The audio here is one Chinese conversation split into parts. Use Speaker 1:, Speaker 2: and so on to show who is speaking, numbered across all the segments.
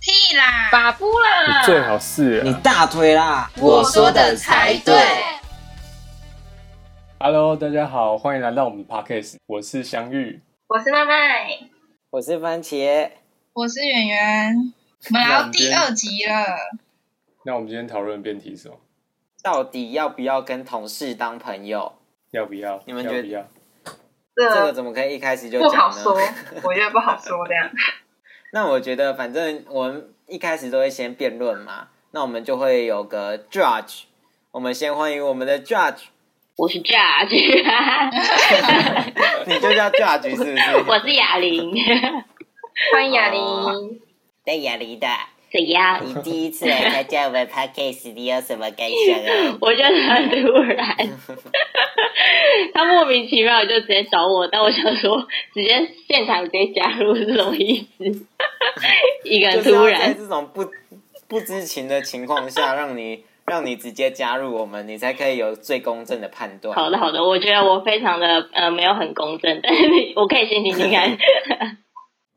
Speaker 1: 屁啦！
Speaker 2: 把夫
Speaker 3: 你
Speaker 4: 啊
Speaker 2: 啦，
Speaker 3: 最好是啊
Speaker 5: 你大腿啦！
Speaker 1: 我说的才对。
Speaker 3: Hello，大家好，欢迎来到我们的 Podcast，我是香玉。
Speaker 1: 我是麦麦，
Speaker 5: 我是番茄，
Speaker 1: 我是圆圆，我们来到第二集了。
Speaker 3: 那我们今天讨论的辩题是什么？
Speaker 5: 到底要不要跟同事当朋友？
Speaker 3: 要不要？
Speaker 5: 你们
Speaker 3: 要
Speaker 5: 觉得
Speaker 3: 不要？
Speaker 1: 这
Speaker 5: 这个怎么可以一开始就
Speaker 1: 不好
Speaker 5: 讲呢？
Speaker 1: 说，我觉得不好说这样。
Speaker 5: 那我觉得，反正我们一开始都会先辩论嘛，那我们就会有个 judge。我们先欢迎我们的 judge，
Speaker 6: 我是 Judge，
Speaker 5: 你就叫 judge 是不是？
Speaker 6: 我是哑铃，
Speaker 1: 欢迎雅玲，
Speaker 5: 哦对雅丽的，
Speaker 6: 怎样？
Speaker 5: 你第一次来参加我们 podcast，你有什么感想啊？
Speaker 6: 我觉得很突然，他莫名其妙就直接找我，但我想说，直接现场直接加入是什么意思？一个
Speaker 5: 就是
Speaker 6: 突
Speaker 5: 要在
Speaker 6: 然，
Speaker 5: 这种不不知情的情况下，让你让你直接加入我们，你才可以有最公正的判断。
Speaker 6: 好的好的，我觉得我非常的呃没有很公正，但是我可以先听听看。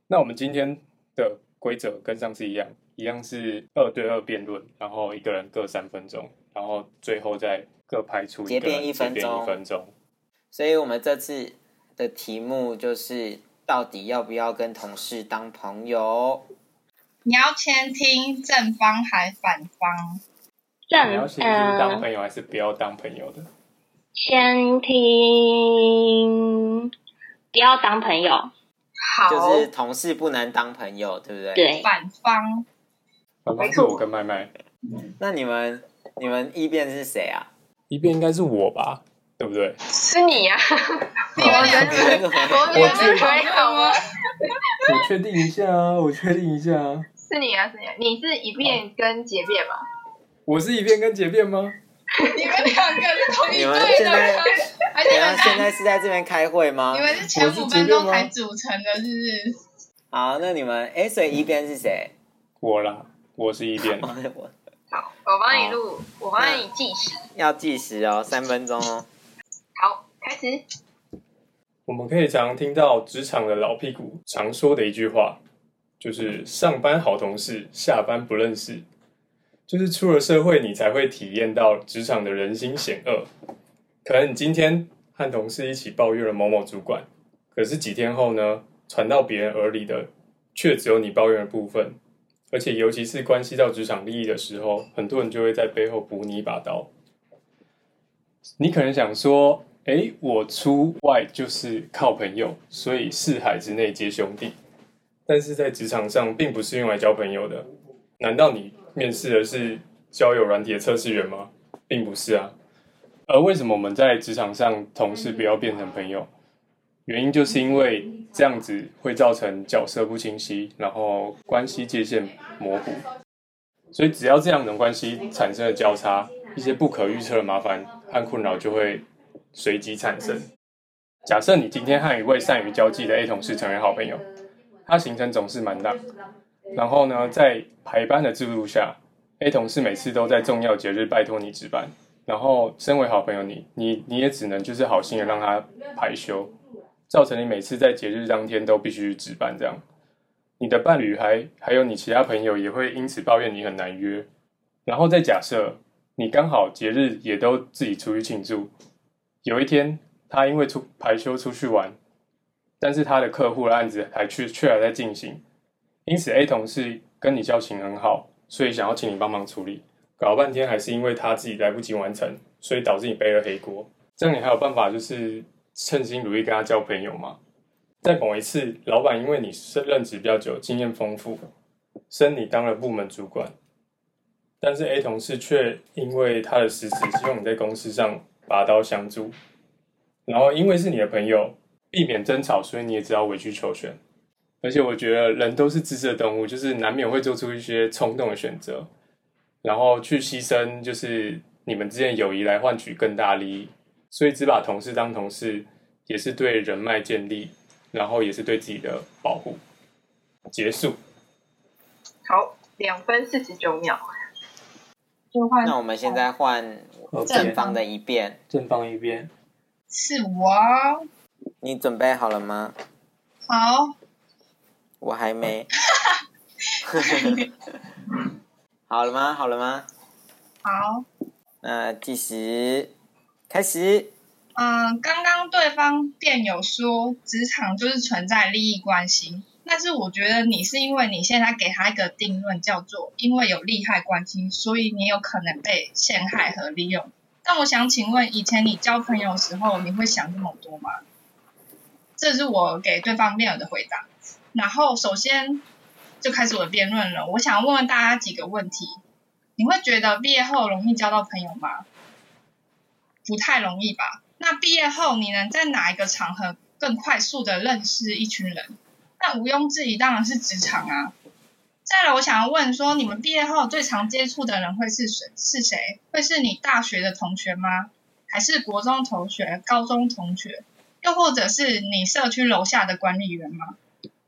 Speaker 3: 那我们今天的规则跟上次一样，一样是二对二辩论，然后一个人各三分钟，然后最后再各排出一
Speaker 5: 结
Speaker 3: 个人
Speaker 5: 辩一分
Speaker 3: 结辩
Speaker 5: 钟
Speaker 3: 一分钟。
Speaker 5: 所以我们这次的题目就是到底要不要跟同事当朋友？
Speaker 1: 你要先听正方还反方？
Speaker 6: 正
Speaker 3: 你要先听当
Speaker 6: 嗯、
Speaker 3: 朋友还是不要当朋友的？
Speaker 6: 先听，不要当朋友，
Speaker 1: 好，
Speaker 5: 就是同事不能当朋友，对不对？。
Speaker 6: 对，
Speaker 1: 反方
Speaker 3: 反方是我跟麦麦，
Speaker 5: 那你们你们意辩是谁啊？
Speaker 3: 一辩应该是我吧，对不对？
Speaker 4: 是你呀、
Speaker 1: 你们两个人，
Speaker 4: 我没有没好吗？
Speaker 3: 我确定一下啊，我确定一下啊。
Speaker 4: 是你呀、是你、啊，你是一辩跟结辩吧？
Speaker 3: 我是一辩跟结辩吗？
Speaker 1: 你们两个是同一
Speaker 5: 你们
Speaker 1: 队
Speaker 5: 现
Speaker 1: 的
Speaker 5: 在
Speaker 1: 吗？而且
Speaker 5: 你
Speaker 1: 你
Speaker 5: 们
Speaker 1: 们
Speaker 5: 现在是在这边开会吗
Speaker 1: 你？们是前五分钟才组成的，是不是？
Speaker 5: 好，那你们哎，所以一辩是谁？
Speaker 3: 我啦，我是一辩。
Speaker 5: 我我
Speaker 4: 好，我帮你录，我帮你计时。
Speaker 5: 要计时哦，三分钟哦。
Speaker 4: 好，开始。
Speaker 3: 我们可以常听到职场的老屁股常说的一句话，就是“上班好同事，下班不认识”。就是出了社会，你才会体验到职场的人心险恶。可能你今天和同事一起抱怨了某某主管，可是几天后呢，传到别人耳里的却只有你抱怨的部分。而且，尤其是关系到职场利益的时候，很多人就会在背后补你一把刀。你可能想说，诶，我出外就是靠朋友，所以四海之内皆兄弟。但是在职场上，并不是用来交朋友的。难道你面试的是交友软体的测试员吗？并不是啊。而为什么我们在职场上同事不要变成朋友？原因就是因为这样子会造成角色不清晰，然后关系界限模糊。所以只要这两种关系产生了交叉，一些不可预测的麻烦和困扰就会随即产生。假设你今天和一位善于交际的 A 同事成为好朋友，他行程总是满档，然后呢，在排班的制度下，A 同事每次都在重要节日拜托你值班，然后身为好朋友你，你你也只能就是好心的让他排休，造成你每次在节日当天都必须值班这样。你的伴侣还还有你其他朋友也会因此抱怨你很难约。然后再假设你刚好节日也都自己出去庆祝，有一天他因为出排休出去玩，但是他的客户的案子还去却还在进行，因此 A 同事跟你交情很好，所以想要请你帮忙处理，搞了半天还是因为他自己来不及完成，所以导致你背了黑锅。这样你还有办法就是称心如意跟他交朋友吗？在某一次，老板因为你是任职比较久，经验丰富，升你当了部门主管，但是 A 同事却因为他的失职，希望你在公司上拔刀相助。然后因为是你的朋友，避免争吵，所以你也只好委曲求全。而且我觉得人都是自私的动物，就是难免会做出一些冲动的选择，然后去牺牲就是你们之间的友谊来换取更大利益。所以只把同事当同事，也是对人脉建立然后也是对自己的保护。结束，
Speaker 4: 好，两分四十九秒。
Speaker 1: 就换
Speaker 5: 那我们现在换正方的一辩，
Speaker 3: 正方一边，
Speaker 1: 是我。哦
Speaker 5: 你准备好了吗？
Speaker 1: 好，
Speaker 5: 我还没。 好了吗？好了吗？
Speaker 1: 好，
Speaker 5: 那计时开始。
Speaker 1: 嗯，刚刚对方店友说职场就是存在利益关系，但是我觉得你是因为你现在给他一个定论，叫做因为有利害关系，所以你有可能被陷害和利用。但我想请问，以前你交朋友的时候，你会想这么多吗？这是我给对方辩友的回答。然后首先就开始我的辩论了，我想问问大家几个问题：你会觉得毕业后容易交到朋友吗？不太容易吧？那毕业后你能在哪一个场合更快速的认识一群人？那毋庸置疑，当然是职场啊。再来，我想要问说，你们毕业后最常接触的人会是谁？是谁？会是你大学的同学吗？还是国中同学、高中同学？又或者是你社区楼下的管理员吗？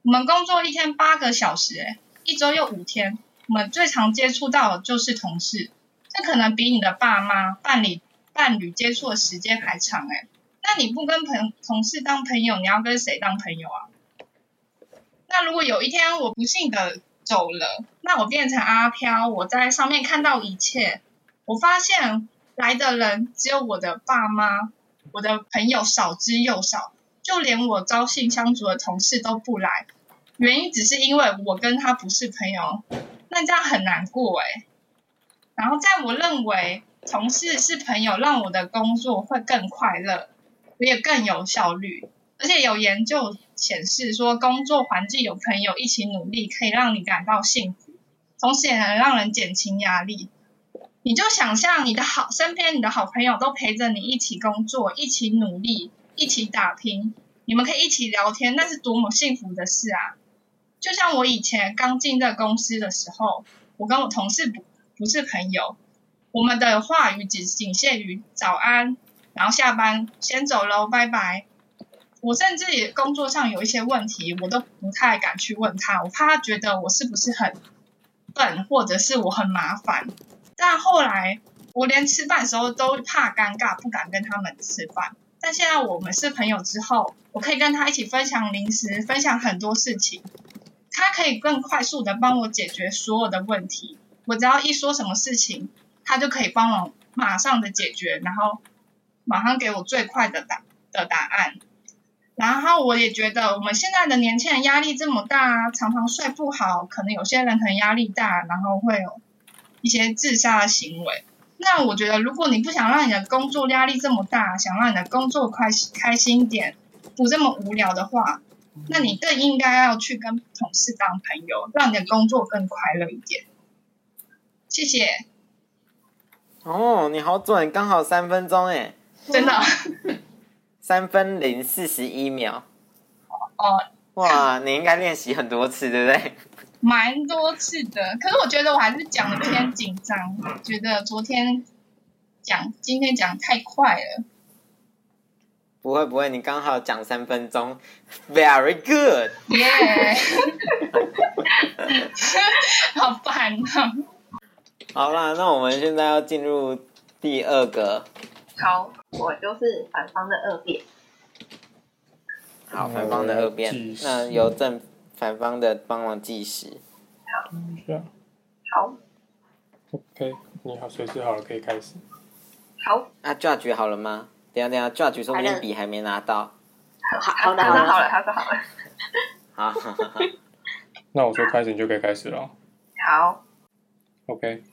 Speaker 1: 我们工作一天八个小时、欸，一周又五天，我们最常接触到的就是同事，这可能比你的爸妈、伴侣伴侣接触的时间还长哎、那你不跟朋同事当朋友，你要跟谁当朋友啊？那如果有一天我不幸的走了，那我变成阿飘，我在上面看到一切，我发现来的人只有我的爸妈，我的朋友少之又少，就连我朝夕相处的同事都不来，原因只是因为我跟他不是朋友，那这样很难过哎、然后在我认为同事是朋友，让我的工作会更快乐，我也更有效率。而且有研究显示说，工作环境有朋友一起努力，可以让你感到幸福，同时也能让人减轻压力。你就想象你的好身边你的好朋友都陪着你一起工作，一起努力，一起打拼，你们可以一起聊天，那是多么幸福的事啊！就像我以前刚进这公司的时候，我跟我同事不不是朋友，我们的话语只仅限于早安，然后下班先走喽，拜拜。我甚至也工作上有一些问题，我都不太敢去问他，我怕他觉得我是不是很笨，或者是我很麻烦。但后来我连吃饭的时候都怕尴尬，不敢跟他们吃饭。但现在我们是朋友之后，我可以跟他一起分享零食，分享很多事情，他可以更快速的帮我解决所有的问题。我只要一说什么事情，他就可以帮我马上的解决，然后马上给我最快的答的答案。然后我也觉得我们现在的年轻人压力这么大啊，常常睡不好，可能有些人可能压力大，然后会有一些自杀的行为。那我觉得，如果你不想让你的工作压力这么大，想让你的工作快开心一点，不这么无聊的话，那你更应该要去跟同事当朋友，让你的工作更快乐一点。谢谢。
Speaker 5: 哦，你好准，刚好三分钟哎，
Speaker 1: 真的
Speaker 5: 三分零四十一秒。
Speaker 1: 哦，
Speaker 5: 哇，你应该练习很多次，对不对？
Speaker 1: 蛮多次的。可是我觉得我还是讲的偏紧张，觉得昨天讲今天讲太快了。
Speaker 5: 不会不会，你刚好讲三分钟，very good。
Speaker 1: 耶、 好烦啊！
Speaker 5: 好啦，那我们现在要进入第二个，
Speaker 4: 好，我就是反方的二辩。
Speaker 5: 好，反方的二辩
Speaker 3: 计，时
Speaker 5: 那由正反方的帮忙计时。
Speaker 3: 这样
Speaker 4: 好，
Speaker 3: 啊 OK，你好，随时好了，可以开始。
Speaker 4: 好，
Speaker 5: 那 judge 好了吗？等一下等一下，judge 说不定笔还没拿到。
Speaker 6: 好好的
Speaker 4: 他说
Speaker 6: 好的
Speaker 4: 好
Speaker 6: 好
Speaker 4: 了，
Speaker 6: 的，
Speaker 4: 他说好了。
Speaker 5: 好，好好 好
Speaker 3: 那我说开始，你就可以开始了。哦
Speaker 4: 好，
Speaker 3: OK，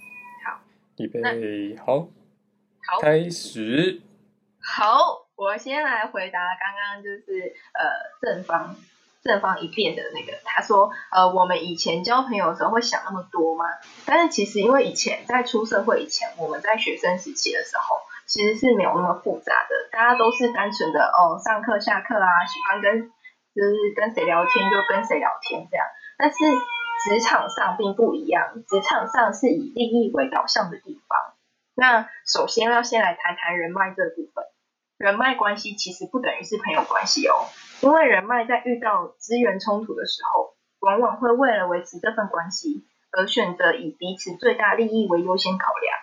Speaker 4: 好，
Speaker 3: 预备，好，
Speaker 4: 好，
Speaker 3: 开始。
Speaker 4: 好，我先来回答刚刚就是呃正方正方一辩的那个，他说呃我们以前交朋友的时候会想那么多吗？但是其实因为以前在出社会以前，我们在学生时期的时候，其实是没有那么复杂的，大家都是单纯的哦上课下课啊，喜欢跟就是跟谁聊天就跟谁聊天这样。但是职场上并不一样，职场上是以利益为导向的地方。那首先要先来谈谈人脉这部分。人脉关系其实不等于是朋友关系哦，因为人脉在遇到资源冲突的时候，往往会为了维持这份关系而选择以彼此最大利益为优先考量。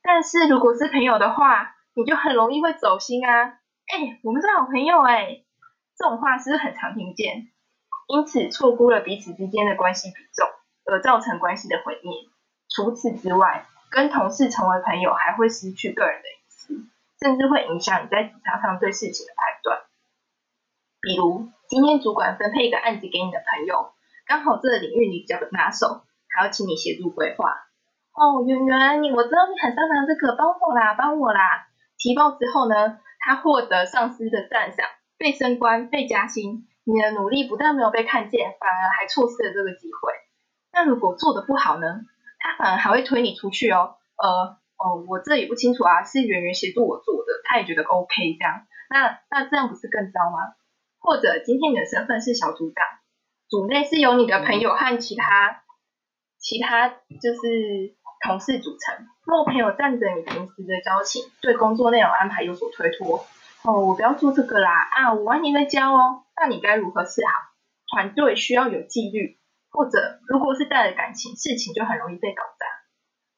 Speaker 4: 但是如果是朋友的话，你就很容易会走心啊。哎，我们是好朋友哎、这种话是不是很常听见？因此错估了彼此之间的关系比重，而造成关系的毁灭。除此之外，跟同事成为朋友还会失去个人的隐私，甚至会影响你在职场上对事情的判断。比如，今天主管分配一个案子给你的朋友，刚好这个领域你比较拿手，还要请你协助规划。哦，圆圆，你我知道你很擅长这个，帮我啦，帮我啦！提报之后呢，他获得上司的赞赏，被升官，被加薪。你的努力不但没有被看见，反而还错失了这个机会。那如果做的不好呢？他反而还会推你出去哦。呃，哦，我这也不清楚啊，是圆圆协助我做的，他也觉得 OK 这样。那那这样不是更糟吗？或者今天你的身份是小组长，组内是由你的朋友和其他、其他就是同事组成。若朋友占着你平时的交情，对工作内容安排有所推脱，哦，我不要做这个啦，啊，我晚点再教哦。那你该如何是好？团队需要有纪律，或者如果是带了感情，事情就很容易被搞砸。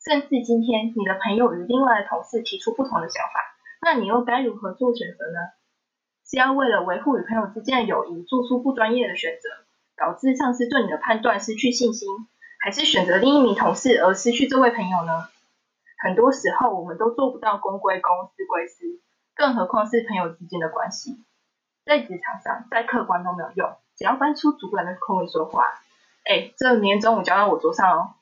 Speaker 4: 甚至今天你的朋友与另外的同事提出不同的想法，那你又该如何做选择呢？是要为了维护与朋友之间的友谊做出不专业的选择，导致上司对你的判断失去信心，还是选择另一名同事而失去这位朋友呢？很多时候我们都做不到公归公，私归私，更何况是朋友之间的关系。在职场上，再客观都没有用，只要搬出主管的口吻说话。哎，这年终午交到我桌上哦。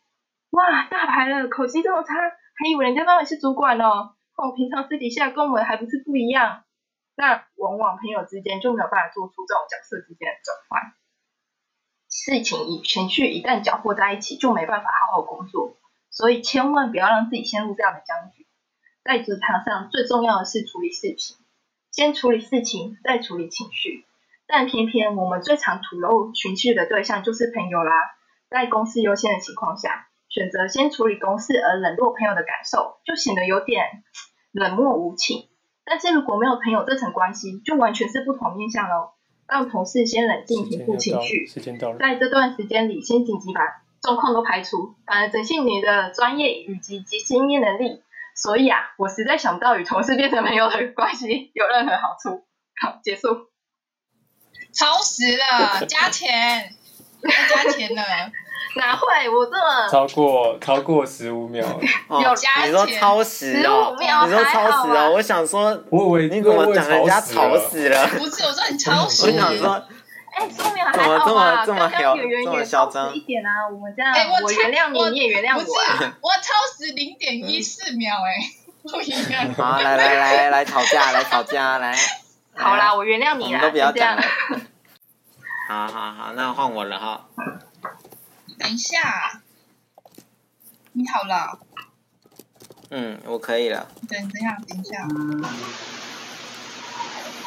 Speaker 4: 哇，大牌了，口气这么差，还以为人家当然是主管哦。哦，平常私底下跟我们还不是不一样。那往往朋友之间就没有办法做出这种角色之间的转换。事情与情绪一旦搅和在一起，就没办法好好工作，所以千万不要让自己陷入这样的僵局。在职场上，最重要的是处理事情，先处理事情，再处理情绪。但偏偏我们最常吐露情绪的对象就是朋友啦。在公事优先的情况下，选择先处理公事而冷落朋友的感受，就显得有点冷漠无情。但是如果没有朋友这层关系，就完全是不同面向喽。让同事先冷静平
Speaker 3: 时间
Speaker 4: 复
Speaker 3: 要
Speaker 4: 情
Speaker 3: 到，
Speaker 4: 绪，
Speaker 3: 时间到了。
Speaker 4: 在这段时间里，先紧急把状况都排除，反而展现你的专业以及及经验能力。所以啊，我实在想不到与同事变成朋友的关系有任何好处。 好，结束。
Speaker 1: 超时了，加钱，要加钱了。
Speaker 4: 哪会我这么
Speaker 3: 超过超过十五秒，
Speaker 5: 哦
Speaker 4: 有
Speaker 1: 加
Speaker 5: 你说
Speaker 1: 钱
Speaker 5: 超时哦
Speaker 4: 15，秒
Speaker 5: 你说超时
Speaker 4: 还好
Speaker 5: 哦
Speaker 4: 啊，
Speaker 5: 我想说，
Speaker 3: 我以为
Speaker 5: 你怎么讲人家吵
Speaker 3: 吵死
Speaker 5: 死了？
Speaker 1: 不是，我说你超时
Speaker 5: 我。想说，
Speaker 4: 哎，说明还
Speaker 5: 怎么
Speaker 4: 好吧？
Speaker 5: 这么
Speaker 4: 刚
Speaker 5: 这么
Speaker 4: 刚圆圆
Speaker 5: 这么
Speaker 4: 也
Speaker 5: 嚣
Speaker 4: 控制
Speaker 5: 张
Speaker 4: 一点啊，我们这样，
Speaker 1: 哎我
Speaker 4: 我
Speaker 1: 才
Speaker 4: 原谅
Speaker 1: 我
Speaker 4: 你，你也原谅
Speaker 1: 不是
Speaker 4: 我啊。，
Speaker 1: 我超时零点一四秒、哎，不一样。
Speaker 5: 好，来来来来吵架，来吵架，来。
Speaker 4: 好
Speaker 5: 来
Speaker 4: 啦，我原谅
Speaker 5: 我
Speaker 4: 你
Speaker 5: 们
Speaker 4: 啦，
Speaker 5: 都不要
Speaker 4: 就这
Speaker 5: 讲
Speaker 4: 样
Speaker 5: 了。。好好好，那换我了哈。
Speaker 1: 等一下，你好了，
Speaker 5: 嗯，我可以了。
Speaker 1: 等等一下，等一下。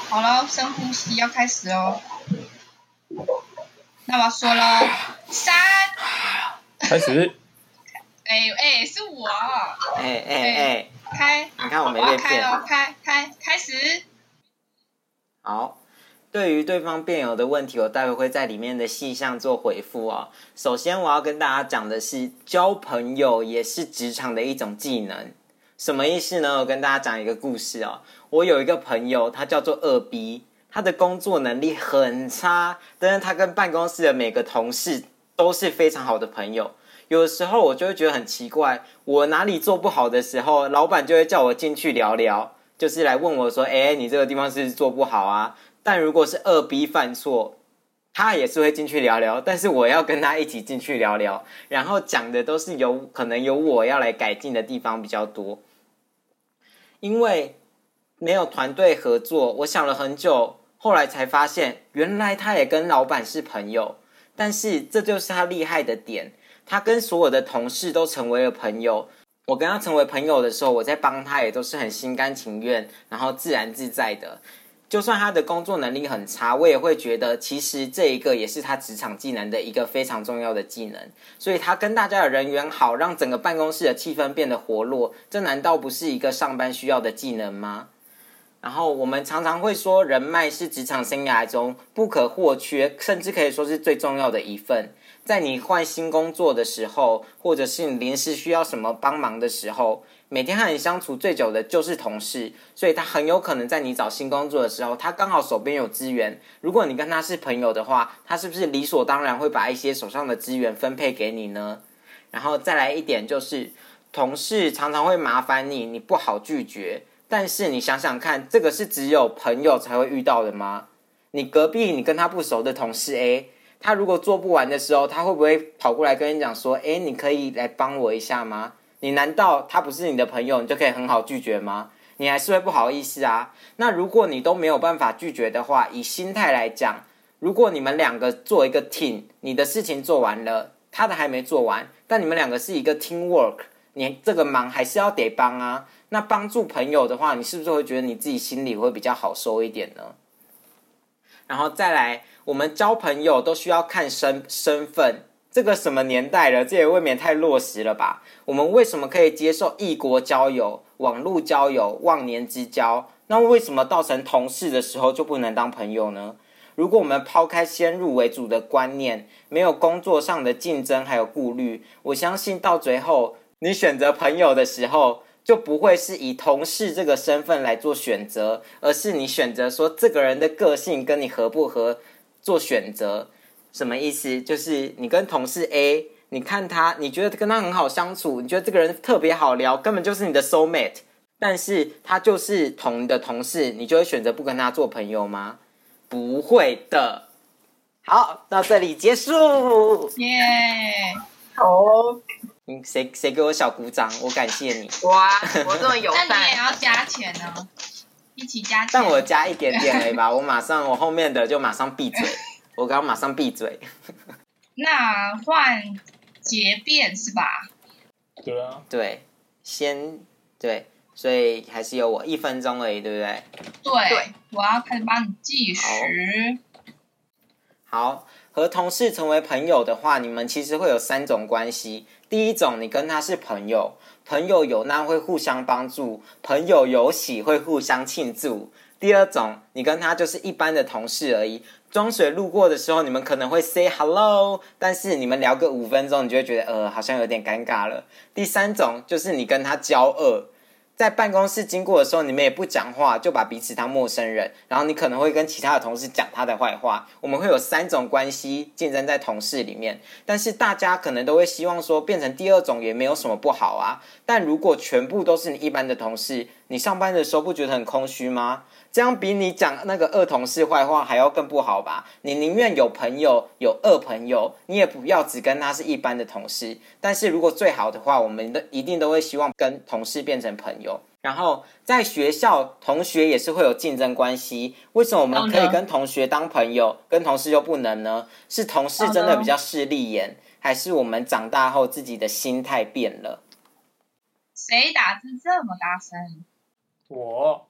Speaker 1: 好了，深呼吸，要开始哦。那我要说喽，三，
Speaker 3: 开始，
Speaker 1: 哎、哎、是我
Speaker 5: 哎哎
Speaker 1: 开，
Speaker 5: 哎，你看我
Speaker 1: 我
Speaker 5: 没
Speaker 1: 要
Speaker 5: 被
Speaker 1: 开
Speaker 5: 骗。
Speaker 1: 了，开开开始。
Speaker 5: 好，对于对方辩友的问题，我待会会在里面的细项做回复哦。首先，我要跟大家讲的是，交朋友也是职场的一种技能。什么意思呢？我跟大家讲一个故事哦。我有一个朋友，他叫做二 B，他的工作能力很差，但是他跟办公室的每个同事都是非常好的朋友。有的时候我就会觉得很奇怪，我哪里做不好的时候，老板就会叫我进去聊聊，就是来问我说：“哎、你这个地方是不是做不好啊？”但如果是二 B 犯错，他也是会进去聊聊，但是我要跟他一起进去聊聊，然后讲的都是有可能有我要来改进的地方比较多，因为没有团队合作，我想了很久，后来才发现，原来他也跟老板是朋友，但是这就是他厉害的点，他跟所有的同事都成为了朋友。我跟他成为朋友的时候，我在帮他也都是很心甘情愿，然后自然自在的。就算他的工作能力很差，我也会觉得其实这一个也是他职场技能的一个非常重要的技能。所以他跟大家的人缘好，让整个办公室的气氛变得活络，这难道不是一个上班需要的技能吗？然后我们常常会说，人脉是职场生涯中不可或缺，甚至可以说是最重要的一份。在你换新工作的时候，或者是你临时需要什么帮忙的时候，每天和你相处最久的就是同事，所以他很有可能在你找新工作的时候，他刚好手边有资源。如果你跟他是朋友的话，他是不是理所当然会把一些手上的资源分配给你呢？然后再来一点就是，同事常常会麻烦你，你不好拒绝。但是你想想看，这个是只有朋友才会遇到的吗？你隔壁你跟他不熟的同事 A，他如果做不完的时候，他会不会跑过来跟你讲说：“哎，你可以来帮我一下吗？”你难道他不是你的朋友，你就可以很好拒绝吗？你还是会不好意思啊。那如果你都没有办法拒绝的话，以心态来讲，如果你们两个做一个 team，你的事情做完了，他的还没做完，但你们两个是一个 team work，你这个忙还是要得帮啊。那帮助朋友的话，你是不是会觉得你自己心里会比较好受一点呢？然后再来，我们交朋友都需要看身身份，这个什么年代了，这也未免太落实了吧？我们为什么可以接受异国交友、网络交友、忘年之交？那为什么到成同事的时候就不能当朋友呢？如果我们抛开先入为主的观念，没有工作上的竞争还有顾虑，我相信到最后你选择朋友的时候，就不会是以同事这个身份来做选择，而是你选择说这个人的个性跟你合不合做选择。什么意思？就是你跟同事 A，你看他，你觉得跟他很好相处，你觉得这个人特别好聊，根本就是你的 soul mate。但是他就是同的同事，你就会选择不跟他做朋友吗？不会的。好，到这里结束。
Speaker 1: 耶、
Speaker 4: 好哦，
Speaker 5: 嗯，谁谁给我小鼓掌？我感谢你，
Speaker 4: 哇，我这么友
Speaker 1: 那你也
Speaker 4: 善，
Speaker 1: 要加钱呢，一起加钱。
Speaker 5: 但我加一点点而已吧。我马上，我后面的就马上闭嘴。我刚马上闭嘴。
Speaker 1: 那换结辩是吧？
Speaker 3: 对啊，
Speaker 5: 对，先对，所以还是有我一分钟而已，对不对？
Speaker 1: 对，
Speaker 4: 对
Speaker 1: 我要开始帮你计时。
Speaker 5: 好，和同事成为朋友的话，你们其实会有三种关系。第一种，你跟他是朋友，朋友有难会互相帮助，朋友有喜会互相庆祝。第二种，你跟他就是一般的同事而已。装水路过的时候，你们可能会 say hello，但是你们聊个五分钟，你就会觉得呃，好像有点尴尬了。第三种就是你跟他交恶，在办公室经过的时候，你们也不讲话，就把彼此当陌生人，然后你可能会跟其他的同事讲他的坏话。我们会有三种关系竞争在同事里面，但是大家可能都会希望说变成第二种也没有什么不好啊。但如果全部都是你一般的同事，你上班的时候不觉得很空虚吗？这样比你讲那个恶同事坏话还要更不好吧？你宁愿有朋友有恶朋友，你也不要只跟他是一般的同事。但是如果最好的话，我们都一定都会希望跟同事变成朋友。然后在学校，同学也是会有竞争关系。为什么我们可以跟同学当朋友，跟同事又不能呢？是同事真的比较势利眼，还是我们长大后自己的心态变了？
Speaker 1: 谁打字这么大声？
Speaker 3: 我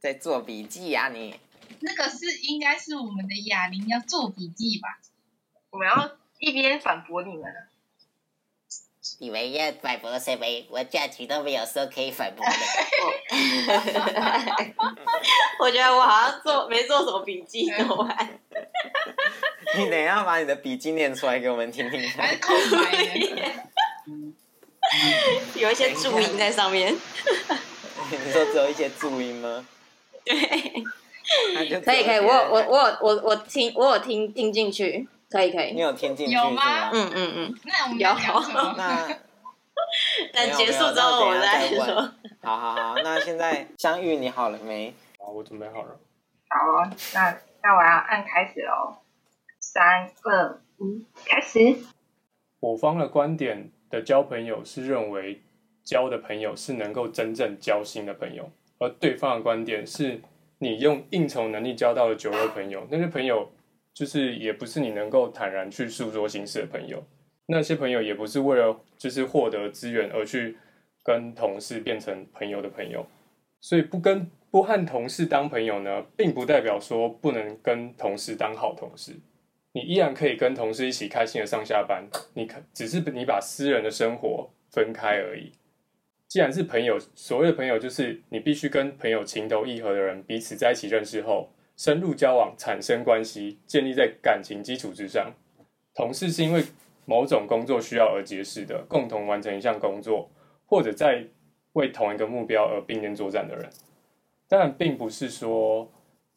Speaker 5: 在做笔记呀、啊，你。
Speaker 1: 那个是应该是我们的哑铃要做笔记吧？
Speaker 4: 我们要一边反驳你们啊，
Speaker 2: 你们要反驳什么？我假期都没有说可以反驳的。
Speaker 6: 我觉得我好像做没做什么笔记，怎么办？
Speaker 5: 你等一下把你的笔记念出来给我们听听
Speaker 1: 还
Speaker 5: 看
Speaker 1: 是。空白的？
Speaker 6: 有一些注音在上面。
Speaker 5: 你说只有一些注音吗？对。
Speaker 6: 可以可以，我有我我有我我听我有听听进去，可以可
Speaker 5: 你
Speaker 6: 以。
Speaker 5: 有听进去
Speaker 1: 有
Speaker 5: 是
Speaker 1: 吗
Speaker 5: 吗？嗯
Speaker 6: 嗯嗯嗯，
Speaker 1: 那我们要讲什么？
Speaker 5: 那
Speaker 6: 但
Speaker 5: 没有
Speaker 6: 结束之后我再
Speaker 5: 没有那等一下再
Speaker 6: 说
Speaker 5: 问。好好好，那现在相遇你好了没？
Speaker 3: 啊，我准备好了。
Speaker 4: 好哦，那那我要按开始喽，三二一，开始。
Speaker 3: 我方的观点的交朋友是认为交的朋友是能够真正交心的朋友，而对方的观点是你用应酬能力交到的酒肉朋友，那些朋友就是也不是你能够坦然去诉说心事的朋友，那些朋友也不是为了就是获得资源而去跟同事变成朋友的朋友，所以不跟不和同事当朋友呢，并不代表说不能跟同事当好同事。你依然可以跟同事一起开心的上下班，你可只是你把私人的生活分开而已。既然是朋友，所谓的朋友就是你必须跟朋友情投意合的人彼此在一起认识后，深入交往，产生关系，建立在感情基础之上。同事是因为某种工作需要而结识的，共同完成一项工作，或者在为同一个目标而并肩作战的人。当然，并不是说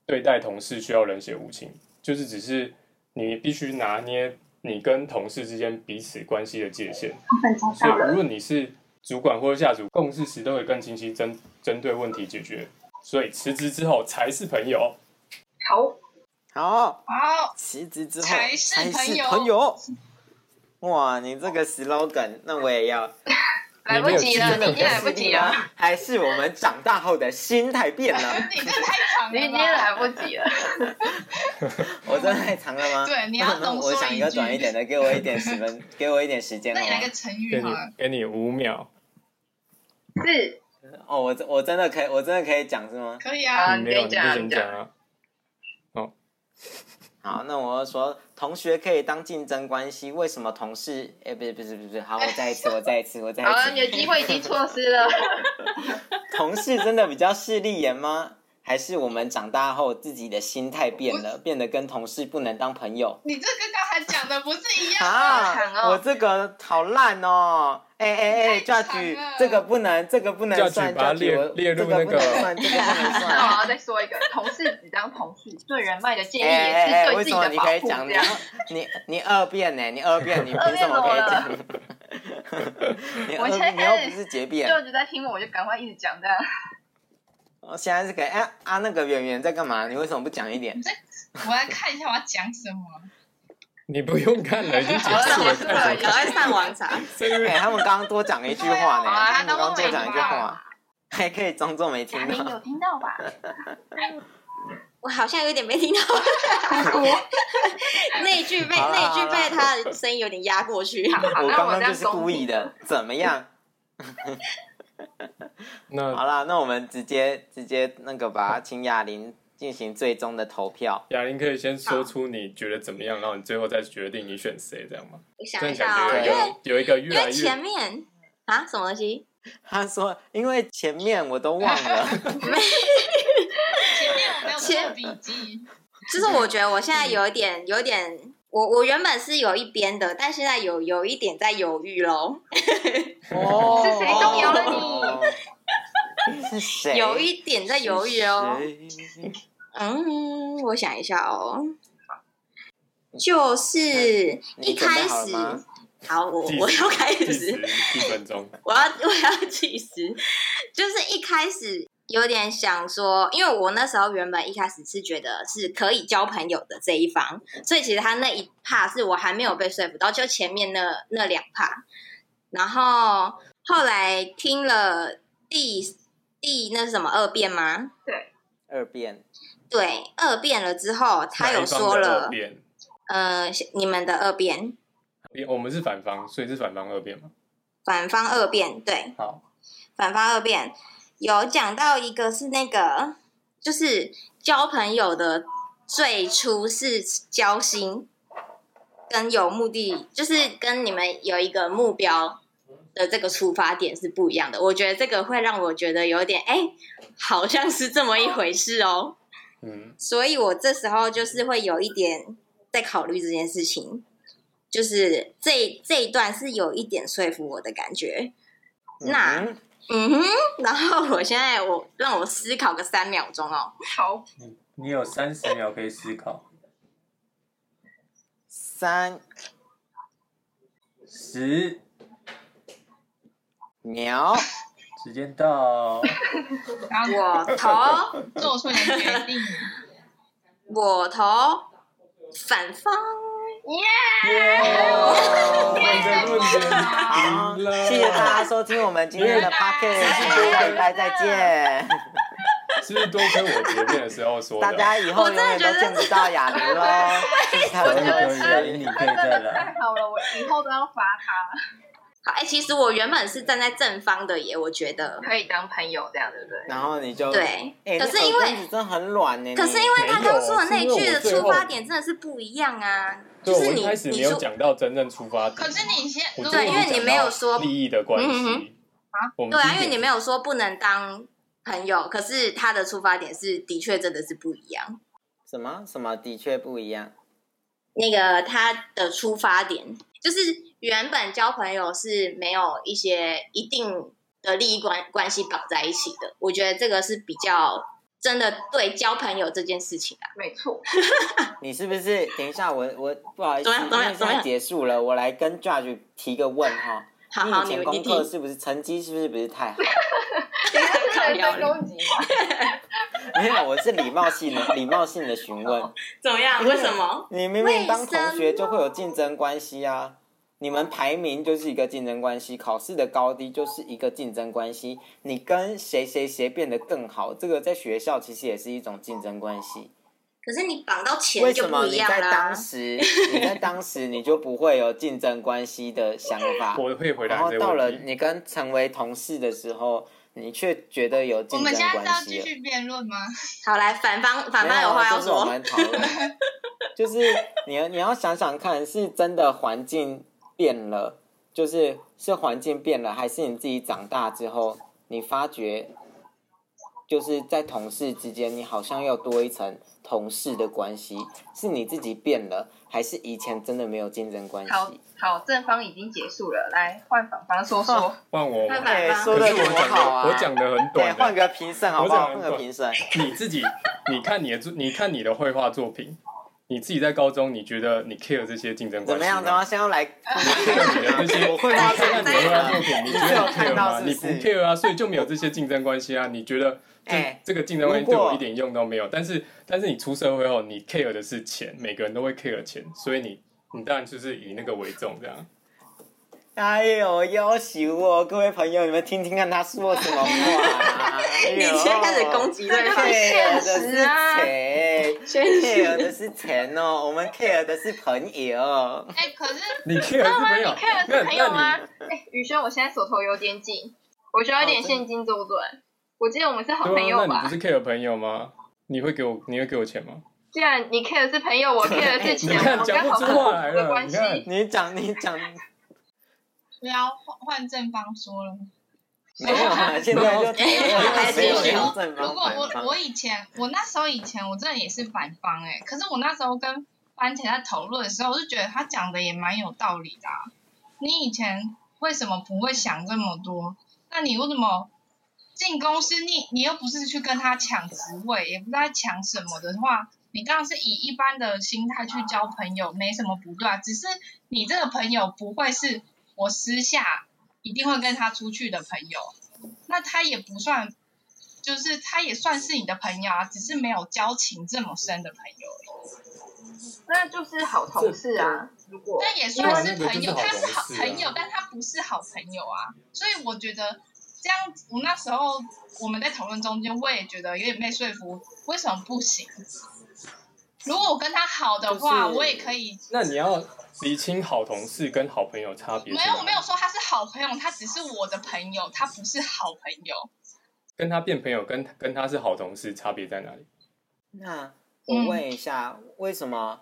Speaker 3: 对待同事需要冷血无情，就是只是你必须拿捏你跟同事之间彼此关系的界限。
Speaker 4: 分钟
Speaker 3: 所以
Speaker 4: 到
Speaker 3: 无
Speaker 4: 了，
Speaker 3: 论你是主管或者下属，共事时都会更清晰针针对问题解决。所以辞职之后才是朋友。
Speaker 4: 好，
Speaker 5: 好，
Speaker 1: 好，
Speaker 5: 辞职之后
Speaker 1: 才是
Speaker 5: 才
Speaker 1: 朋
Speaker 5: 是
Speaker 1: 友
Speaker 5: 朋友。哇，你这个 slogan，那我也要。
Speaker 1: 来不及了，
Speaker 3: 你没有
Speaker 1: 你已经来不及啊了，，
Speaker 5: 还是我们长大后的心态变 了？
Speaker 1: 你这太长
Speaker 4: 你
Speaker 1: 了
Speaker 4: 已经
Speaker 1: 吧。
Speaker 4: 来不及了。
Speaker 5: 我真的太长了吗？
Speaker 1: 对你要
Speaker 5: 那
Speaker 1: 浓
Speaker 5: 我
Speaker 1: 缩
Speaker 5: 想
Speaker 1: 一
Speaker 5: 一个
Speaker 1: 句
Speaker 5: 短一点的，给我一点 十分，给我一点时间
Speaker 1: 那
Speaker 5: 好
Speaker 1: 你来个
Speaker 5: 吗？
Speaker 1: 成
Speaker 4: 嗯
Speaker 3: 给
Speaker 1: 语好
Speaker 3: 你
Speaker 4: 啊
Speaker 1: 了，
Speaker 3: 给你五秒，
Speaker 4: 是，
Speaker 5: 哦，我真我真的可以，我真的可以讲是吗？
Speaker 1: 可以
Speaker 4: 好
Speaker 1: 啊。
Speaker 4: 啊
Speaker 3: 你
Speaker 4: 你
Speaker 3: 没
Speaker 4: 可以
Speaker 3: 有你就
Speaker 4: 讲
Speaker 3: 先
Speaker 4: 你讲
Speaker 3: 讲啊。
Speaker 5: 好，那我要说，同学可以当竞争关系，为什么同事？哎，不是不是不是，好，我再一 次，我再一次，我再
Speaker 4: 好
Speaker 1: 啊
Speaker 4: 了，
Speaker 5: 一
Speaker 4: 你
Speaker 5: 次。
Speaker 4: 的机会已经错失了。
Speaker 5: 同事真的比较势利眼吗？还是我们长大后自己的心态变了，变得跟同事不能当朋友？
Speaker 1: 你这跟刚才讲的不是一样？
Speaker 4: 长
Speaker 5: 啊！
Speaker 4: 哦
Speaker 5: 我这个好烂哦！哎哎
Speaker 1: 太
Speaker 5: 哎，抓
Speaker 1: 长了
Speaker 5: 举这个不能，这个不能
Speaker 3: Judge，
Speaker 5: 算，
Speaker 3: 把它
Speaker 5: 抓举
Speaker 3: 列
Speaker 5: 我
Speaker 3: 列入
Speaker 5: 这个不
Speaker 3: 那
Speaker 5: 能
Speaker 3: 个
Speaker 5: 算，这个不能
Speaker 4: 那我
Speaker 5: 算。
Speaker 4: 要再说一个，同事只当同事，对人脉的建
Speaker 5: 哎
Speaker 4: 议也
Speaker 5: 哎哎，
Speaker 4: 是对
Speaker 5: 为
Speaker 4: 自
Speaker 5: 什
Speaker 4: 己
Speaker 5: 么
Speaker 4: 的
Speaker 5: 你
Speaker 4: 保
Speaker 5: 可以
Speaker 4: 护。
Speaker 5: 讲
Speaker 4: 这
Speaker 5: 你
Speaker 4: 样
Speaker 5: 你你二辩呢？你二辩，你凭什么可以讲？ 你
Speaker 4: 我现
Speaker 5: 二
Speaker 4: 在
Speaker 5: 你又不是结辩，
Speaker 4: 就就在听我，我就赶快一直讲这样。
Speaker 5: 我现在是给哎啊那个圆圆在干嘛？你为什么不讲一 点
Speaker 1: 你？这我来看一下我要讲什么。
Speaker 3: 你不用看了，已经结
Speaker 4: 好啊了
Speaker 3: 束了，
Speaker 4: 结束了
Speaker 3: 看
Speaker 4: 有
Speaker 3: 什么
Speaker 6: 赶
Speaker 3: 看？
Speaker 6: 快上网查。
Speaker 5: 哎，他们刚刚多讲了一句 话呢，
Speaker 4: 好啊
Speaker 5: 他们刚刚多讲一句
Speaker 1: 他都没
Speaker 5: 话，还可以装作没
Speaker 4: 嘉
Speaker 5: 听
Speaker 4: 宾
Speaker 5: 到。
Speaker 4: 哎啊有听到 吧？
Speaker 6: 我好像有点没听 到，那一句被
Speaker 5: 好啦
Speaker 6: 那一
Speaker 5: 好
Speaker 6: 句
Speaker 5: 啦
Speaker 6: 被他的声音有点压过去。
Speaker 4: 好，
Speaker 5: 我
Speaker 4: 那
Speaker 5: 刚
Speaker 4: 我
Speaker 5: 刚
Speaker 4: 这
Speaker 5: 就
Speaker 4: 样
Speaker 5: 是故意的，怎么样？
Speaker 3: 那
Speaker 5: 好啦，那我们直接直接那个吧，请哑铃进行最终的投票。
Speaker 3: 雅玲可以先说出你觉得怎么样，然后你最后再决定你选谁，这样吗？
Speaker 6: 我想
Speaker 3: 这
Speaker 6: 一
Speaker 3: 样
Speaker 6: 下哦，
Speaker 3: 感
Speaker 5: 对
Speaker 6: 因为
Speaker 3: 觉有有一个
Speaker 6: 因
Speaker 3: 越来
Speaker 6: 为
Speaker 3: 越
Speaker 6: 前面啊什么东西？
Speaker 5: 他说，因为前面我都忘了，
Speaker 1: 前面我没有做
Speaker 6: 前
Speaker 1: 笔记，
Speaker 6: 就是我觉得我现
Speaker 5: 嗯
Speaker 6: 在有一点，有一点，我我原本是有一边的，但现在有有一点在犹豫喽，
Speaker 5: 哦，
Speaker 4: 是谁
Speaker 6: 动摇
Speaker 4: 了
Speaker 5: 你？ 是谁？
Speaker 6: 有一点在犹豫哦。
Speaker 5: 是谁。
Speaker 6: 嗯，我想一下哦，就是
Speaker 5: 你
Speaker 6: 一
Speaker 5: 准备
Speaker 6: 开
Speaker 5: 好了
Speaker 6: 始，
Speaker 5: 吗
Speaker 6: 好，我
Speaker 3: 计时
Speaker 6: 我要开
Speaker 3: 计时
Speaker 6: 始，
Speaker 3: 一分钟。
Speaker 6: 我要 我要计时，就是一开始有点想说，因为我那时候原本一开始是觉得是可以交朋友的这一方，所以其实他那一趴是我还没有被说服到，就前面那那两趴，然后后来听了第第那是什么二遍吗？
Speaker 5: 二辩，
Speaker 6: 对，二遍了之后，他
Speaker 3: 哪
Speaker 6: 有
Speaker 3: 一方
Speaker 6: 说
Speaker 3: 的二
Speaker 6: 了，
Speaker 3: 辩，
Speaker 6: 呃，你们的二辩，
Speaker 3: 我们是反方，所以是反方二辩嘛。
Speaker 6: 反方二辩，对，
Speaker 3: 好，
Speaker 6: 反方二辩有讲到一个是那个，就是交朋友的最初是交心，跟有目的，就是跟你们有一个目标的这个出发点是不一样的。我觉得这个会让我觉得有点，哎、好像是这么一回事哦。
Speaker 3: 嗯，
Speaker 6: 所以我这时候就是会有一点在考虑这件事情，就是这这一段是有一点说服我的感觉。那
Speaker 5: 嗯
Speaker 6: 嗯哼， 然后我现在我让我思考个三秒钟哦。
Speaker 4: 好，
Speaker 3: 你有三十秒可以思考，
Speaker 5: 三
Speaker 3: 十，
Speaker 5: 秒，
Speaker 3: 时间到。
Speaker 1: 然后
Speaker 6: 我投，
Speaker 1: 做出你的决 定。
Speaker 6: 我投反方。
Speaker 5: 好，谢谢大家收听我们今天的 p o c a s t 拜拜，再见。
Speaker 3: 是不是多亏我结辩的时候说的？啊
Speaker 5: 大家以后永远都见不到哑铃喽，他
Speaker 3: 可
Speaker 5: 们
Speaker 3: 以
Speaker 5: 的
Speaker 3: 可
Speaker 5: 是
Speaker 3: 以，你
Speaker 4: 他
Speaker 3: 可以
Speaker 4: 真
Speaker 3: 再
Speaker 4: 的
Speaker 3: 来。
Speaker 4: 太好了，我以后都要罚他，
Speaker 6: 好，哎、其实我原本是站在正方的耶，我觉得。
Speaker 4: 可以当朋友这样，对不对？
Speaker 5: 然后你就
Speaker 6: 对
Speaker 5: 哎
Speaker 6: 可
Speaker 5: 你
Speaker 6: 是因
Speaker 5: 耳
Speaker 6: 为
Speaker 5: 根子真的很软呢。
Speaker 6: 可是因为他刚说的那一句的
Speaker 3: 没有是因为我最
Speaker 6: 出
Speaker 3: 后
Speaker 6: 发点真的是不一样啊，
Speaker 3: 对，
Speaker 6: 就是
Speaker 3: 我
Speaker 6: 你
Speaker 3: 一开始没
Speaker 6: 你
Speaker 3: 有
Speaker 6: 说
Speaker 3: 讲到真正出发点
Speaker 1: 可，是你先，
Speaker 3: 我
Speaker 1: 如
Speaker 3: 就
Speaker 1: 果
Speaker 6: 对因为你没有说
Speaker 3: 利益的关
Speaker 6: 嗯
Speaker 3: 系
Speaker 6: 哼，
Speaker 3: 我们
Speaker 6: 对
Speaker 3: 第
Speaker 6: 啊，
Speaker 3: 一
Speaker 6: 因为
Speaker 3: 点
Speaker 6: 你没有说不能当朋友，可是他的出发点是的确真的是不一样。
Speaker 5: 什么什么的确不一样。
Speaker 6: 那个他的出发点就是原本交朋友是没有一些一定的利益关关系绑在一起的，我觉得这个是比较真的对交朋友这件事情啊，
Speaker 4: 没错，
Speaker 5: 你是不是？等一下，我我不好意思，
Speaker 6: 怎么样
Speaker 5: 因
Speaker 6: 怎么
Speaker 5: 为现
Speaker 6: 样怎么
Speaker 5: 在
Speaker 6: 样
Speaker 5: 结束了，我来跟 Judge 提个问哈。
Speaker 6: 好好，
Speaker 5: 你以
Speaker 6: 你
Speaker 5: 前
Speaker 6: 你
Speaker 5: 功
Speaker 6: 听
Speaker 5: 课，是不是成绩是不是不是太好？
Speaker 6: 这个
Speaker 4: 这
Speaker 6: 靠
Speaker 4: 是人
Speaker 6: 腰
Speaker 4: 身
Speaker 6: 了
Speaker 4: 哎攻击吧？
Speaker 5: 没有，我是礼貌性的礼貌性的询问。
Speaker 6: 怎么样？为什么？
Speaker 5: 你明明当同
Speaker 6: 为
Speaker 5: 学就会有竞争关系啊，你们排名就是一个竞争关系，考试的高低就是一个竞争关系，你跟谁谁谁变得更好，这个在学校其实也是一种竞争关系。
Speaker 6: 可是你绑到钱
Speaker 5: 为
Speaker 6: 就
Speaker 5: 什
Speaker 6: 不
Speaker 5: 么
Speaker 6: 一
Speaker 5: 你
Speaker 6: 样
Speaker 5: 在
Speaker 6: 啦、
Speaker 5: 当时你在当时你就不会有竞争关系的想法？
Speaker 3: 我会回
Speaker 5: 然
Speaker 3: 答
Speaker 5: 后
Speaker 3: 这
Speaker 5: 哦到
Speaker 3: 个
Speaker 5: 了
Speaker 3: 问题。
Speaker 5: 你跟成为同事的时候，你却觉得有
Speaker 1: 我
Speaker 5: 竞
Speaker 1: 们
Speaker 5: 争
Speaker 1: 现在是要
Speaker 5: 关系
Speaker 1: 继
Speaker 5: 了。
Speaker 1: 续辩论吗？
Speaker 6: 好，来反方反
Speaker 5: 没
Speaker 6: 方
Speaker 5: 有
Speaker 6: 话
Speaker 5: 啊，
Speaker 6: 要
Speaker 5: 就是我
Speaker 6: 说，
Speaker 5: 们讨论，就是你要你要想想看，是真的环境变了，就是是环境变了，还是你自己长大之后，你发觉就是在同事之间，你好像又多一层同事的关系，是你自己变了，还是以前真的没有竞争关
Speaker 4: 好
Speaker 5: 系？
Speaker 4: 好，正方已经结束了，来换反方说说。
Speaker 3: 换我，
Speaker 6: 那
Speaker 5: 哎、
Speaker 6: 反
Speaker 5: 说
Speaker 6: 方
Speaker 3: 可
Speaker 5: 的
Speaker 3: 是
Speaker 5: 多
Speaker 3: 我讲的
Speaker 5: 好啊！
Speaker 3: 我讲的很
Speaker 5: 对，
Speaker 3: 短
Speaker 5: 换
Speaker 3: 的。
Speaker 5: 个评审好不好？换个评审。
Speaker 3: 你自己，你看你的作，你看你的绘画作品，你自己在高中，你觉得你 care 这些竞争关
Speaker 5: 怎么
Speaker 3: 系
Speaker 5: 样？等一
Speaker 3: 吗？
Speaker 5: 下 先要来，
Speaker 3: 你啊的这些，
Speaker 5: 我会画这个
Speaker 3: 你啊的绘画作品，你 觉
Speaker 5: 你有
Speaker 3: 得你
Speaker 5: 看
Speaker 3: care
Speaker 5: 到
Speaker 3: 吗？
Speaker 5: 是不
Speaker 3: 你
Speaker 5: 是
Speaker 3: 不 care 啊，所以就没有这些竞争关系啊。你觉得这
Speaker 5: 哎
Speaker 3: 这个竞争关
Speaker 5: 如
Speaker 3: 系
Speaker 5: 果
Speaker 3: 对我一点用都没有，但是但是你出社会后，你 care 的是钱，每个人都会 care 钱，所以你你当然就是以那个为重这样。
Speaker 5: 哎呦，要求哦，各位朋友，你们听听看他说什么话。哎
Speaker 6: 你
Speaker 5: 呦
Speaker 6: 现在开始攻击对
Speaker 5: 哦
Speaker 6: 方，
Speaker 5: ，care
Speaker 4: 现
Speaker 5: 的是
Speaker 4: 实啊
Speaker 5: 钱
Speaker 6: 现
Speaker 5: ，care 的是钱哦，我们 care 的是朋友。
Speaker 1: 哎、可是
Speaker 3: 你 care 是没有，
Speaker 4: 看
Speaker 3: 那
Speaker 4: 是朋友吗
Speaker 1: 啊
Speaker 3: 那你？
Speaker 4: 哎，宇轩，我现在手头有点紧，我需要一点现金周转。我记得我们是好朋
Speaker 3: 对
Speaker 4: 友
Speaker 3: 啊，那你
Speaker 4: 吧
Speaker 3: 不？是 care 朋友吗？你会给我，你会给我钱吗？
Speaker 4: 既
Speaker 5: 啊
Speaker 4: 然你 care 的是朋友，我 care 的是
Speaker 3: 你
Speaker 4: 钱，我
Speaker 3: 看
Speaker 4: 们
Speaker 3: 讲
Speaker 4: 刚
Speaker 3: 不
Speaker 4: 好
Speaker 3: 出
Speaker 4: 很互
Speaker 3: 话 来
Speaker 4: 补的
Speaker 3: 了，
Speaker 4: 关
Speaker 3: 你
Speaker 4: 系。
Speaker 3: 看。
Speaker 5: 你讲，你讲，没
Speaker 1: 不要换换正方说了。
Speaker 5: 有啊？现在就讨论没有要正
Speaker 1: 如
Speaker 5: 方
Speaker 1: 果我
Speaker 5: 反
Speaker 1: 我
Speaker 5: 方。
Speaker 1: 以前我那时候以前我真的也是反方哎、可是我那时候跟番茄在讨论的时候，我就觉得他讲的也蛮有道理的、啊。你以前为什么不会想这么多？那你为什么进公司你你又不是去跟他抢职位，也不知道抢什么的话，你当然是以一般的心态去交朋友，没什么不对啊。只是你这个朋友不会是我私下一定会跟他出去的朋友，那他也不算，就是他也算是你的朋友啊，只是没有交情这么深的朋友而已，
Speaker 4: 那就是好同事啊。如果
Speaker 1: 但也算是朋友，
Speaker 3: 对
Speaker 1: 他
Speaker 3: 啊那个就是是好
Speaker 1: 好
Speaker 3: 同事啊
Speaker 1: 朋友，但他不是好朋友啊。所以我觉得这样，我那时候我们在讨论中间，我也觉得有点被说服，为什么不行？如果我跟他好的话，
Speaker 5: 就是
Speaker 1: 我也可以。
Speaker 3: 那你要厘清好同事跟好朋友差别。
Speaker 1: 没有，我没有，说他是好朋友，他只是我的朋友，他不是好朋友。
Speaker 3: 跟他变朋友，跟跟他是好同事，差别在哪里？
Speaker 5: 那我问一下，为什么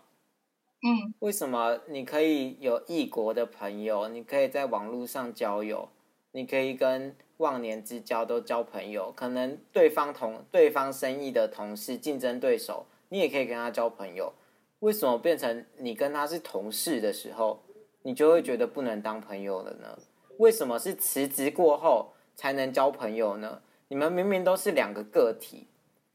Speaker 1: 嗯，
Speaker 5: 为什么你可以有异国的朋友，你可以在网络上交友，你可以跟忘年之交都交朋友，可能对方同对方生意的同事、竞争对手，你也可以跟他交朋友。为什么变成你跟他是同事的时候，你就会觉得不能当朋友了呢？为什么是辞职过后才能交朋友呢？你们明明都是两个个体，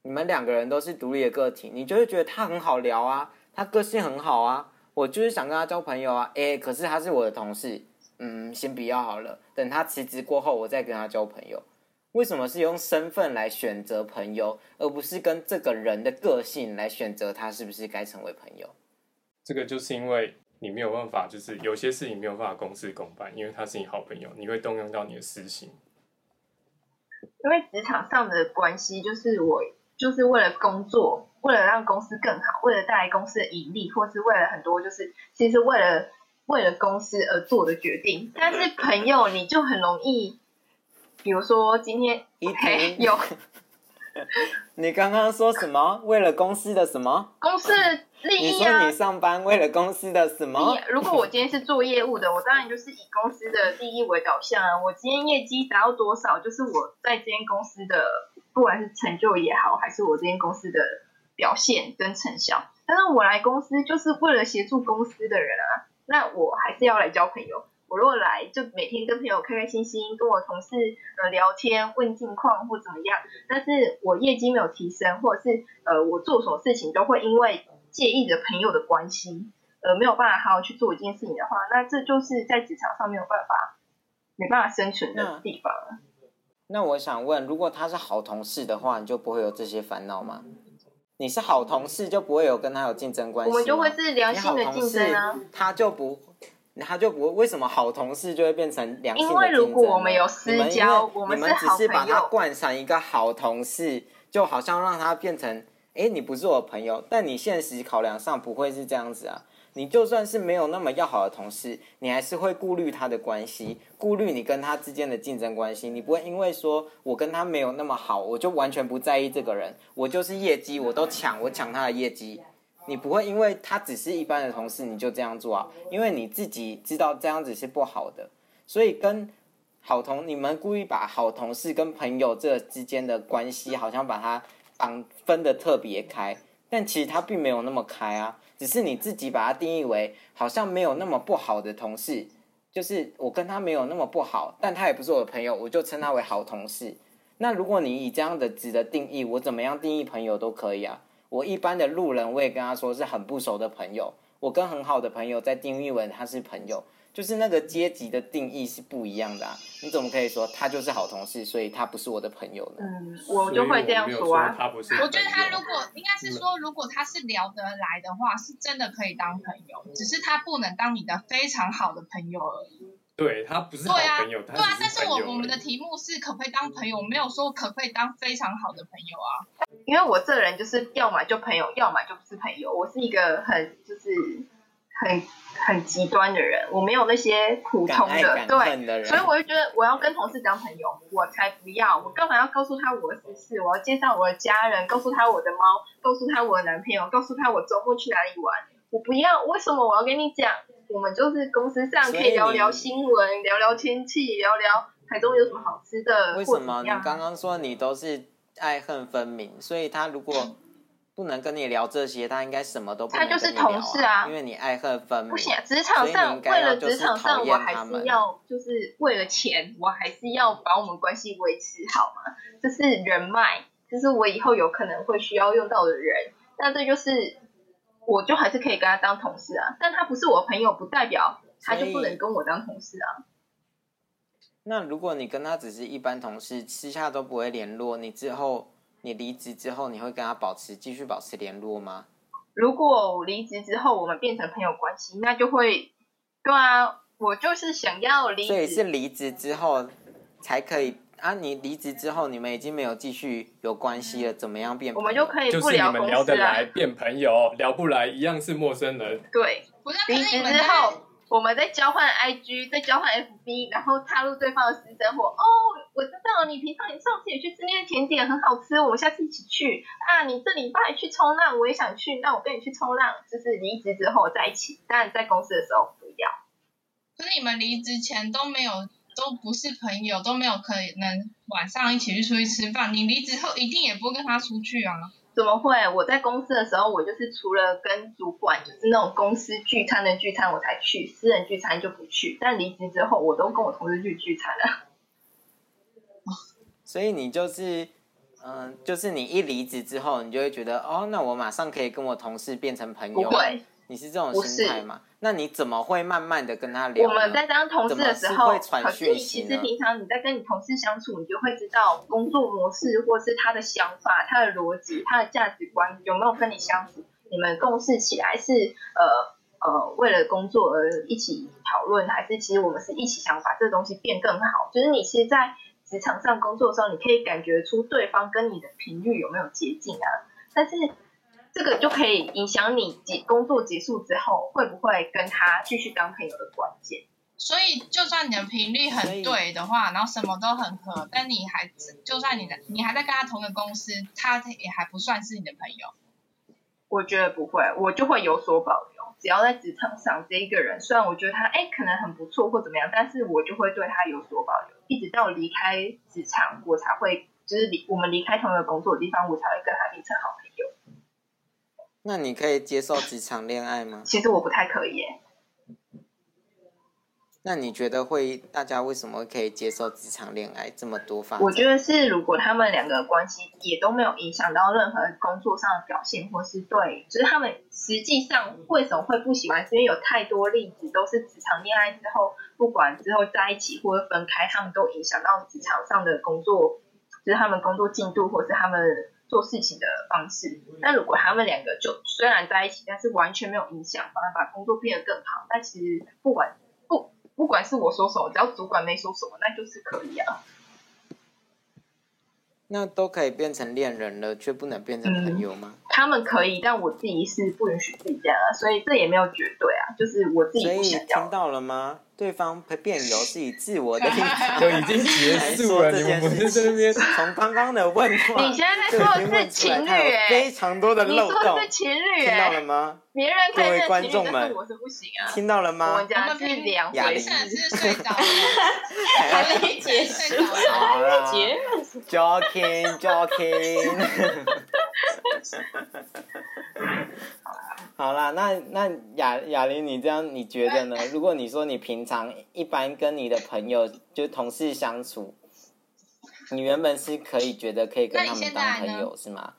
Speaker 5: 你们两个人都是独立的个体，你就会觉得他很好聊啊，他个性很好啊，我就是想跟他交朋友啊。诶，可是他是我的同事，嗯，先不要好了，等他辞职过后，我再跟他交朋友。为什么是用身份来选择朋友，而不是跟这个人的个性来选择他是不是该成为朋友？
Speaker 3: 这个就是因为你没有办法，就是有些事情没有办法公事公办，因为他是你好朋友，你会动用到你的私心。
Speaker 4: 因为职场上的关系，就是我就是为了工作，为了让公司更好，为了带来公司的盈利，或是为了很多就是其实为了为了公司而做的决定。但是朋友你就很容易，比如说今天
Speaker 5: 一
Speaker 4: 嘿
Speaker 5: 听
Speaker 4: 有
Speaker 5: 你刚刚说什么？为了公司的什么？
Speaker 4: 公司的利
Speaker 5: 你
Speaker 4: 益
Speaker 5: 说
Speaker 4: 啊
Speaker 5: 你。上班为了公司的什
Speaker 4: 利
Speaker 5: 么
Speaker 4: 益啊？如果我今天是做业务的，我当然就是以公司的利益为导向 啊。我今天业绩达到多少，就是我在这间公司的不管是成就也好，还是我这间公司的表现跟成效。但是我来公司就是为了协助公司的人啊，那我还是要来交朋友。我如果来，就每天跟朋友开开心心，跟我同事呃聊天，问近况或怎么样。但是我业绩没有提升，或者是呃我做什么事情都会因为介意着朋友的关系，呃没有办法好好去做一件事情的话，那这就是在职场上没有办法没办法生存
Speaker 5: 嗯
Speaker 4: 的地方。
Speaker 5: 那我想问，如果他是好同事的话，你就不会有这些烦恼吗？你是好同事，就不会有跟他有竞争关系
Speaker 4: 我
Speaker 5: 吗。
Speaker 4: 们就会是良
Speaker 5: 你好
Speaker 4: 性的
Speaker 5: 同
Speaker 4: 竞
Speaker 5: 事
Speaker 4: 争啊。
Speaker 5: 他就不，他就不为什么好同事就会变成良性的
Speaker 4: 因为如果
Speaker 5: 竞争呢
Speaker 4: 我们有私交
Speaker 5: 你们因为
Speaker 4: 我们
Speaker 5: 你
Speaker 4: 是
Speaker 5: 们只是把
Speaker 4: 好朋
Speaker 5: 他
Speaker 4: 友
Speaker 5: 惯成一个好同事，就好像让他变成，哎，你不是我朋友，但你现实考量上不会是这样子啊。你就算是没有那么要好的同事，你还是会顾虑他的关系，顾虑你跟他之间的竞争关系。你不会因为说我跟他没有那么好，我就完全不在意这个人，我就是业绩我都抢，我抢他的业绩。你不会因为他只是一般的同事你就这样做啊，因为你自己知道这样子是不好的，所以跟好同你们故意把好同事跟朋友这之间的关系好像把它绑分的特别开，但其实它并没有那么开啊，只是你自己把它定义为好像没有那么不好的同事，就是我跟他没有那么不好，但他也不是我的朋友，我就称他为好同事。那如果你以这样的值的定义，我怎么样定义朋友都可以啊。我一般的路人，我也跟他说是很不熟的朋友，我跟很好的朋友在定义为他是朋友，就是那个阶级的定义是不一样的啊。你怎么可以说他就是好同事，所以他不是我的朋友呢？
Speaker 4: 嗯，我就会这样
Speaker 3: 说
Speaker 4: 说啊。
Speaker 3: 他不是，
Speaker 1: 我觉得他如果应该
Speaker 3: 嗯
Speaker 1: 是说，如果他是聊得来的话，是真的可以当朋友，只是他不能当你的非常好的朋友而已。
Speaker 3: 对他不是
Speaker 1: 对
Speaker 3: 好
Speaker 1: 啊，
Speaker 3: 朋友，
Speaker 1: 对啊，
Speaker 3: 他只
Speaker 1: 但
Speaker 3: 是
Speaker 1: 是
Speaker 3: 朋友而已。
Speaker 1: 我我们的题目是可不可以当朋友，没有说可不可以当非常好的朋友啊。
Speaker 4: 因为我这人就是要么就朋友，要么就不是朋友。我是一个很就是很很极端的人，我没有那些普
Speaker 5: 敢
Speaker 4: 通
Speaker 5: 爱
Speaker 4: 的
Speaker 5: 敢
Speaker 4: 对，
Speaker 5: 恨的人，
Speaker 4: 所以我就觉得我要跟同事当朋友，我才不要。我干嘛要告诉他我的私事？我要介绍我的家人，告诉他我的猫，告诉他我的男朋友，告诉他我周末去哪里玩。我不要，为什么我要跟你讲？我们就是公司上可
Speaker 5: 所以
Speaker 4: 以聊
Speaker 5: 你
Speaker 4: 聊新闻，聊聊天气，聊聊台中有什么好吃的，
Speaker 5: 为
Speaker 4: 或
Speaker 5: 什
Speaker 4: 怎
Speaker 5: 么
Speaker 4: 么
Speaker 5: 你
Speaker 4: 样啊
Speaker 5: 刚刚说你都是爱恨分明？所以他如果不能跟你聊这些，他应该什么都不能
Speaker 4: 他就是
Speaker 5: 跟你聊
Speaker 4: 同事啊
Speaker 5: 因为你爱恨分明。
Speaker 4: 不行啊，职场
Speaker 5: 所以你
Speaker 4: 上
Speaker 5: 应该
Speaker 4: 为
Speaker 5: 要
Speaker 4: 了
Speaker 5: 就是
Speaker 4: 职场
Speaker 5: 讨
Speaker 4: 上，我
Speaker 5: 厌
Speaker 4: 还
Speaker 5: 他们
Speaker 4: 是要就是为了钱，我还是要把我们关系维持好嘛。这是人脉，这是我以后有可能会需要用到的人。那这就是，我就还是可以跟他当同事啊。但他不是我朋友，不代表他就不
Speaker 5: 所以
Speaker 4: 能跟我当同事啊。
Speaker 5: 那如果你跟他只是一般同事，私下都不会联络，你之后你离职之后，你会跟他保持继续保持联络吗？
Speaker 4: 如果我离职之后，我们变成朋友关系，那就会，对啊，我就是想要离
Speaker 5: 所以是
Speaker 4: 职，
Speaker 5: 离职之后才可以啊！你离职之后，你们已经没有继续有关系了，怎么样变
Speaker 4: 嗯我
Speaker 5: 朋友？
Speaker 4: 们就可以
Speaker 3: 就
Speaker 4: 不
Speaker 3: 是你
Speaker 4: 公
Speaker 3: 们聊
Speaker 4: 司
Speaker 3: 得
Speaker 4: 啊
Speaker 3: 来。变朋友，聊不来一样是陌生人。
Speaker 4: 对，
Speaker 1: 不是，啊可
Speaker 4: 离
Speaker 1: 是你
Speaker 4: 职
Speaker 1: 们
Speaker 4: 之
Speaker 1: 在
Speaker 4: 后，我们再交换 IG，再交换 FB，然后踏入对方的私生活。哦，我知道你平常你上次也去吃那个甜点，很好吃，我们下次一起去啊！你这礼拜去冲浪，我也想去，那我跟你去冲浪。就是离职之后在一起，但在公司的时候不一样。
Speaker 1: 可是你们离职前都没有，都不是朋友，都没有可能晚上一起去出去吃饭。你离职后一定也不会跟他出去啊。
Speaker 4: 怎么会？我在公司的时候，我就是除了跟主管，就是那种公司聚餐的聚餐我才去，私人聚餐就不去。但离职之后，我都跟我同事去聚餐了。
Speaker 5: 所以你就是，嗯、就是你一离职之后，你就会觉得，哦，那我马上可以跟我同事变成朋
Speaker 4: 不
Speaker 5: 友。
Speaker 4: 会，
Speaker 5: 你是这种
Speaker 4: 不
Speaker 5: 心态
Speaker 4: 是
Speaker 5: 嘛？那你怎么会慢慢的跟他聊
Speaker 4: 我
Speaker 5: 呢？
Speaker 4: 们在当同事的时
Speaker 5: 怎么
Speaker 4: 候，
Speaker 5: 是会传
Speaker 4: 可是
Speaker 5: 讯
Speaker 4: 你
Speaker 5: 息
Speaker 4: 其
Speaker 5: 呢
Speaker 4: 实平常你在跟你同事相处，你就会知道工作模式或是他的想法、他的逻辑、他的价值观有没有跟你相符，你们共事起来是呃呃为了工作而一起讨论，还是其实我们是一起想把这东西变更好？就是你其实，在职场上工作的时候，你可以感觉出对方跟你的频率有没有接近啊，但是。这个就可以影响你结工作结束之后会不会跟他继续当朋友的关键。
Speaker 1: 所以就算你的频率很对的话，然后什么都很合，但你还就算你的你还在跟他同一个公司，他也还不算是你的朋友。
Speaker 4: 我觉得不会，我就会有所保留。只要在职场上，这一个人虽然我觉得他哎可能很不错或怎么样，但是我就会对他有所保留，一直到离开职场，我才会就是离我们离开同一个工作的地方，我才会跟他变成好朋友。
Speaker 5: 那你可以接受职场恋爱吗？
Speaker 4: 其实我不太可以耶，
Speaker 5: 那你觉得会大家为什么可以接受职场恋爱这么多发展？
Speaker 4: 我觉得是如果他们两个关系也都没有影响到任何工作上的表现，或是对，就是他们实际上为什么会不喜欢，是因为有太多例子都是职场恋爱之后，不管之后在一起或者分开，他们都影响到职场上的工作，就是他们工作进度或是他们做事情的方式。那如果他们两个就虽然在一起，但是完全没有影响，反而把工作变得更好，那其实不管不不管是我说什么，只要主管没说什么，那就是可以啊。
Speaker 5: 那都可以变成恋人了，却不能变成朋友吗？
Speaker 4: 他们可以，但我自己是不允许自己这样啊，所以这也没有绝对啊，就是我自己
Speaker 5: 所以
Speaker 4: 不想要
Speaker 5: 听。到了吗？对方辩友是以自我的立 场
Speaker 3: 就已经结
Speaker 5: 来
Speaker 3: 束
Speaker 5: 说
Speaker 3: 了，
Speaker 5: 这
Speaker 3: 你们
Speaker 5: 件
Speaker 3: 不
Speaker 5: 事
Speaker 3: 是在那边
Speaker 5: 情。从刚刚的问 话，
Speaker 4: 你现在在
Speaker 5: 就已
Speaker 4: 说的
Speaker 5: 经
Speaker 4: 是
Speaker 5: 问出
Speaker 4: 情
Speaker 5: 来，
Speaker 4: 侣
Speaker 5: 它有
Speaker 4: 哎、
Speaker 5: 非常多的
Speaker 4: 你
Speaker 5: 漏
Speaker 4: 说
Speaker 5: 洞
Speaker 4: 的是，情侣
Speaker 5: 听到
Speaker 4: 哎、
Speaker 5: 了吗？
Speaker 4: 别人可
Speaker 5: 各
Speaker 4: 以
Speaker 5: 位
Speaker 4: 是
Speaker 5: 观
Speaker 4: 情
Speaker 5: 众
Speaker 4: 侣，但
Speaker 5: 们
Speaker 4: 是我是不行啊。
Speaker 5: 听到了吗？
Speaker 4: 我们
Speaker 1: 我
Speaker 4: 家
Speaker 1: 们
Speaker 4: 是
Speaker 1: 平
Speaker 4: 两
Speaker 5: 亚
Speaker 4: 回
Speaker 1: 平
Speaker 5: 玲
Speaker 1: 常
Speaker 4: 事，
Speaker 1: 是睡着了，
Speaker 5: 还
Speaker 7: 还没结束，
Speaker 1: 睡着了。
Speaker 5: 好
Speaker 4: 啊
Speaker 5: 啦
Speaker 7: 结
Speaker 5: ，joking joking。好啦，那那雅雅玲，你这样你觉 得呢？如果你说你平常一般跟你的朋友就同事相处，你原本是可以觉得可以跟
Speaker 1: 那
Speaker 5: 他
Speaker 1: 你
Speaker 5: 们
Speaker 1: 现
Speaker 5: 当
Speaker 1: 在呢
Speaker 5: 朋友是吗？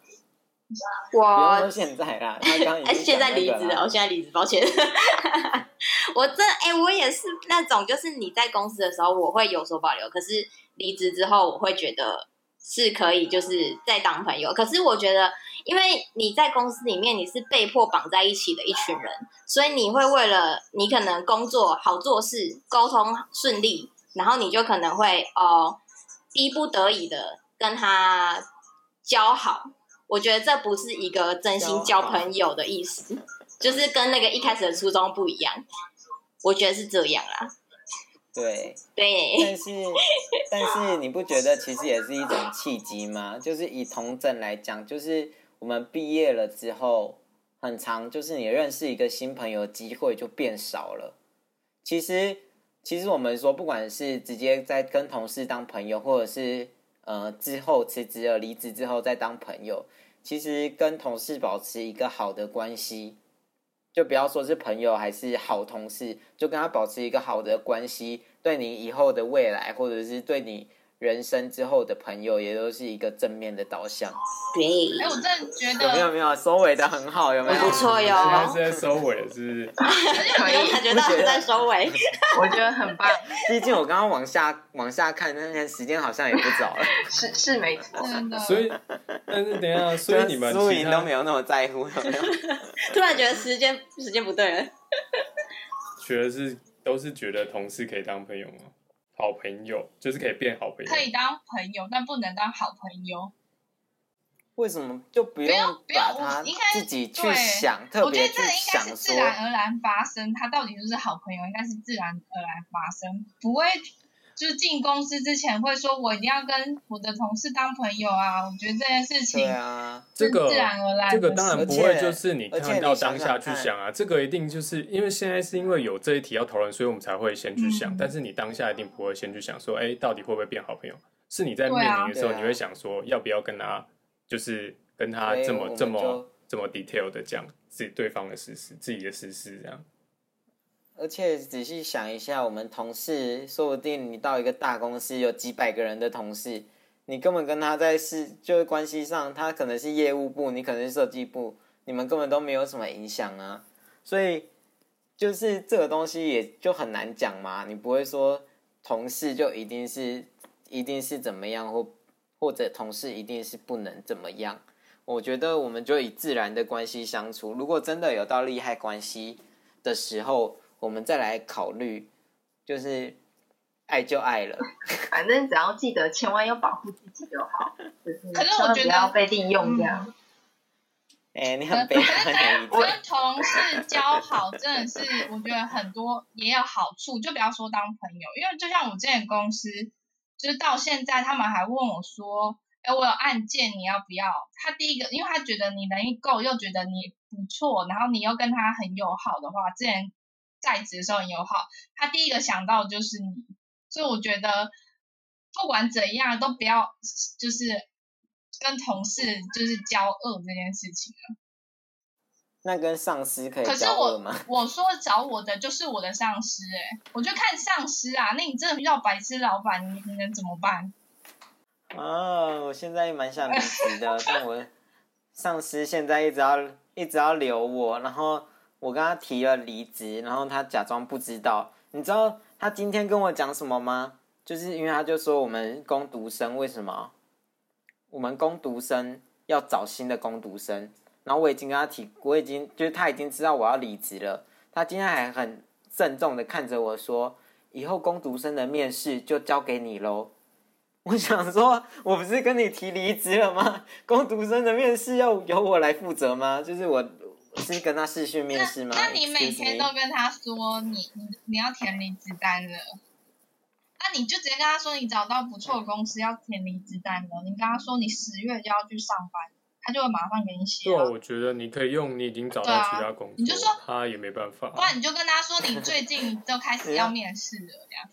Speaker 5: 不用说
Speaker 6: 我
Speaker 5: 现在啦，他刚刚已
Speaker 7: 哎，
Speaker 5: 经
Speaker 7: 现
Speaker 5: 讲
Speaker 7: 在
Speaker 5: 那
Speaker 7: 离
Speaker 5: 个
Speaker 7: 职
Speaker 6: 哦
Speaker 7: 了，
Speaker 5: 啦
Speaker 7: 我现在离职，抱歉。
Speaker 6: 我这哎、我也是那种，就是你在公司的时候，我会有所保留，可是离职之后，我会觉得是可以，就是再当朋友。可是我觉得，因为你在公司里面，你是被迫绑在一起的一群人，所以你会为了你可能工作好做事、沟通顺利，然后你就可能会哦，逼不得已的跟他交好。我觉得这不是一个真心
Speaker 5: 交
Speaker 6: 交
Speaker 5: 好
Speaker 6: 朋友的意思，就是跟那个一开始的初衷不一样。我觉得是这样啦。
Speaker 5: 对。
Speaker 6: 对，
Speaker 5: 但是，但是你不觉得其实也是一种契机吗？就是以同整来讲，就是我们毕业了之后，很长就是你认识一个新朋友的机会就变少了。其实，其实我们说，不管是直接在跟同事当朋友，或者是呃之后辞职了、离职之后再当朋友，其实跟同事保持一个好的关系，就不要说是朋友还是好同事，就跟他保持一个好的关系，对你以后的未来，或者是对你人生之后的朋友，也都是一个正面的导向。
Speaker 6: 对
Speaker 1: 哎，我真的觉
Speaker 5: 有没有
Speaker 1: 得，
Speaker 5: 没有收尾的很好，有没有？
Speaker 6: 不错哟
Speaker 3: 现在是在收尾了，是不是？
Speaker 4: 可
Speaker 6: 没有感
Speaker 4: 以，
Speaker 6: 觉到是在收尾。
Speaker 4: 我觉得很棒，
Speaker 5: 毕竟我刚刚往下往下看，那天时间好像也不早了，
Speaker 4: 是是没错。
Speaker 1: 真的，
Speaker 3: 所以，但是等一下， 所以你们
Speaker 5: 就是啊输
Speaker 3: 其
Speaker 5: 赢都
Speaker 3: 他
Speaker 5: 没有那么在乎，有没有？
Speaker 6: 突然觉得时间时间不对了，
Speaker 3: 觉得是都是觉得同事可以当朋友吗？好朋友就是可以变好朋友，
Speaker 1: 可以当朋友，但不能当好朋友。
Speaker 5: 为什么就不
Speaker 1: 不要
Speaker 5: 用
Speaker 1: 不
Speaker 5: 把
Speaker 1: 要
Speaker 5: 它
Speaker 1: 我应该
Speaker 5: 自己去
Speaker 1: 对
Speaker 5: 想，特
Speaker 1: 我觉得
Speaker 5: 别去
Speaker 1: 这应该
Speaker 5: 想
Speaker 1: 是自
Speaker 5: 说，
Speaker 1: 然而然发生，他到底是不是好朋友，应该是自然而然发生，不会就是进公司之前会说我一定要跟我的同事当朋友啊。我觉得这件事
Speaker 5: 对
Speaker 1: 情
Speaker 5: 啊，
Speaker 1: 是
Speaker 3: 这个
Speaker 1: 自然而然的事，
Speaker 3: 这个当然不
Speaker 5: 而
Speaker 3: 会，
Speaker 5: 且
Speaker 3: 就是你
Speaker 5: 而且
Speaker 3: 看
Speaker 5: 你
Speaker 3: 到
Speaker 5: 想
Speaker 3: 当下
Speaker 5: 想
Speaker 3: 去
Speaker 5: 看
Speaker 3: 想啊，这个一定就是因为现在是因为有这一题要讨论，所以我们才会先去想。
Speaker 1: 嗯
Speaker 3: 但是你当下一定不会先去想说，哎，到底会不会变好朋友？是你在
Speaker 1: 对
Speaker 3: 面
Speaker 1: 啊
Speaker 3: 临的时候，
Speaker 5: 对啊
Speaker 3: 你会想说，要不要跟他，就是跟他
Speaker 5: 所以
Speaker 3: 这
Speaker 5: 我
Speaker 3: 么
Speaker 5: 们
Speaker 3: 这么
Speaker 5: 就
Speaker 3: 这么 detail 的讲自己对方的私事，自己的私事这样。
Speaker 5: 而且仔细想一下，我们同事，说不定你到一个大公司，有几百个人的同事，你根本跟他在是就是关系上，他可能是业务部，你可能是设计部，你们根本都没有什么影响啊。所以就是这个东西也就很难讲嘛，你不会说同事就一定是一定是怎么样，或或者同事一定是不能怎么样。我觉得我们就以自然的关系相处。如果真的有到利害关系的时候，我们再来考虑，就是爱就爱了。
Speaker 4: 反正只要记得，千万要保护自己就好。就是
Speaker 1: 可是
Speaker 4: 千
Speaker 1: 我
Speaker 4: 万
Speaker 1: 觉嗯
Speaker 4: 不
Speaker 1: 得
Speaker 4: 要被利用这样。
Speaker 5: 哎，你很悲 观的一
Speaker 1: 跟
Speaker 5: 点。
Speaker 1: 同事交好，真的是我觉得很多也有好处，就不要说当朋友，因为就像我之前公司，就是到现在他们还问我说，哎，我有案件你要不要？他第一个，因为他觉得你能力够，又觉得你不错，然后你又跟他很友好的话，之前在职的时候很友好，他第一个想到的就是你，所以我觉得不管怎样都不要就是跟同事就是交恶这件事情。
Speaker 5: 那跟上司可以
Speaker 1: 可是
Speaker 5: 交恶
Speaker 1: 我
Speaker 5: 吗？
Speaker 1: 我说找我的就是我的上司哎、我就看上司啊。那你真的遇到白痴老板，你你能怎么办？
Speaker 5: 哦，我现在也蛮想离 职的，但我上司现在一直要一直要留我，然后我跟他提了离职，然后他假装不知道。你知道他今天跟我讲什么吗？就是因为他就说我们攻读生为什么我们攻读生要找新的攻读生，然后我已经跟他提，我已经就是他已经知道我要离职了，他今天还很郑重的看着我说，以后攻读生的面试就交给你喽。我想说，我不是跟你提离职了吗？攻读生的面试要由我来负责吗？就是我是跟他视讯面试吗？
Speaker 1: 那你每
Speaker 5: Excuse
Speaker 1: 天
Speaker 5: me
Speaker 1: 都跟他说你你你要填离职单了，那你就直接跟他说你找到不错的公司要填离职单了，你跟他说你十月就要去上班，他就会马上给你写
Speaker 3: 对
Speaker 1: 啊、
Speaker 3: 啊，我觉得你可以用你已经找
Speaker 1: 对
Speaker 3: 到
Speaker 1: 啊
Speaker 3: 其他工作，
Speaker 1: 你就说
Speaker 3: 他也没办法
Speaker 1: 不。然你就跟他说你最近都开始要面试了，这样。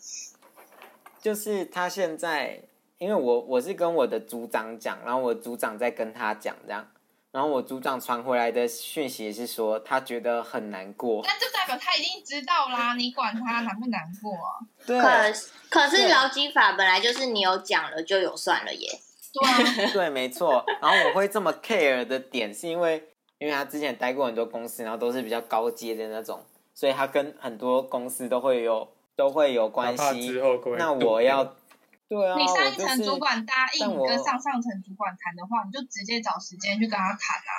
Speaker 5: 就是他现在，因为我我是跟我的组长讲，然后我组长在跟他讲这样，然后我组长传回来的讯息是说他觉得很难过，
Speaker 1: 那就代表他已经知道啦，你管他难不难过啊？
Speaker 5: 对
Speaker 6: 可是可是
Speaker 5: 对
Speaker 6: 劳基法本来就是你有讲了就有算了耶。
Speaker 1: 对啊。
Speaker 5: 对，没错。然后我会这么 care 的点是因为，因为他之前待过很多公司，然后都是比较高阶的那种，所以他跟很多公司都会有都会有
Speaker 3: 哪
Speaker 5: 关
Speaker 3: 怕
Speaker 5: 系
Speaker 3: 之。后各位，
Speaker 5: 那我要对啊，
Speaker 1: 你上一
Speaker 5: 我就
Speaker 1: 层
Speaker 5: 是
Speaker 1: 主管答应
Speaker 5: 但
Speaker 1: 你
Speaker 5: 我
Speaker 1: 跟上上层主管谈的话，你就直接找时间去跟他谈啊。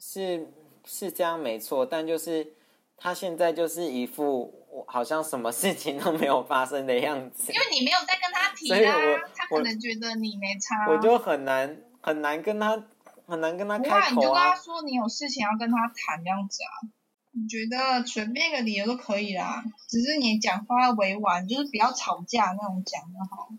Speaker 5: 是是这样没错，但就是他现在就是一副我好像什么事情都没有发生的样子
Speaker 1: 因，为你没有在跟他提
Speaker 5: 所以
Speaker 1: 啦、
Speaker 5: 我
Speaker 1: 他
Speaker 5: 我
Speaker 1: 可能觉得你没差。啊
Speaker 5: 我就很难很难跟他很难跟他
Speaker 1: 不会啊，
Speaker 5: 开
Speaker 1: 你就
Speaker 5: 口
Speaker 1: 跟
Speaker 5: 啊
Speaker 1: 他。说你有事情要跟他谈这样子啊。你觉得随便一个理由都可以啦，只是你讲话要委婉，就是不要吵架那种讲就好。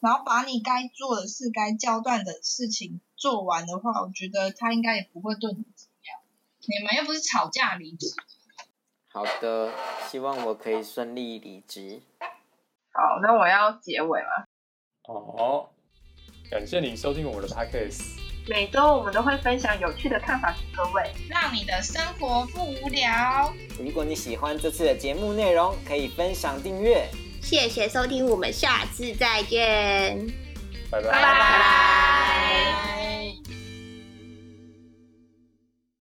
Speaker 1: 然后把你该做的事、该交代的事情做完的话，我觉得他应该也不会对你怎样。你们又不是吵架离职。
Speaker 5: 好的，希望我可以顺利离职。
Speaker 4: 好，那我要结尾了。
Speaker 3: 哦，感谢你收听我的 podcast，
Speaker 4: 每周我们都会分享有趣的看法给各位。
Speaker 1: 让你的生活不无聊。
Speaker 5: 如果你喜欢这次的节目内容，可以分享订阅。
Speaker 6: 谢谢收听，我们下次再见，
Speaker 3: 拜拜。
Speaker 6: 拜拜。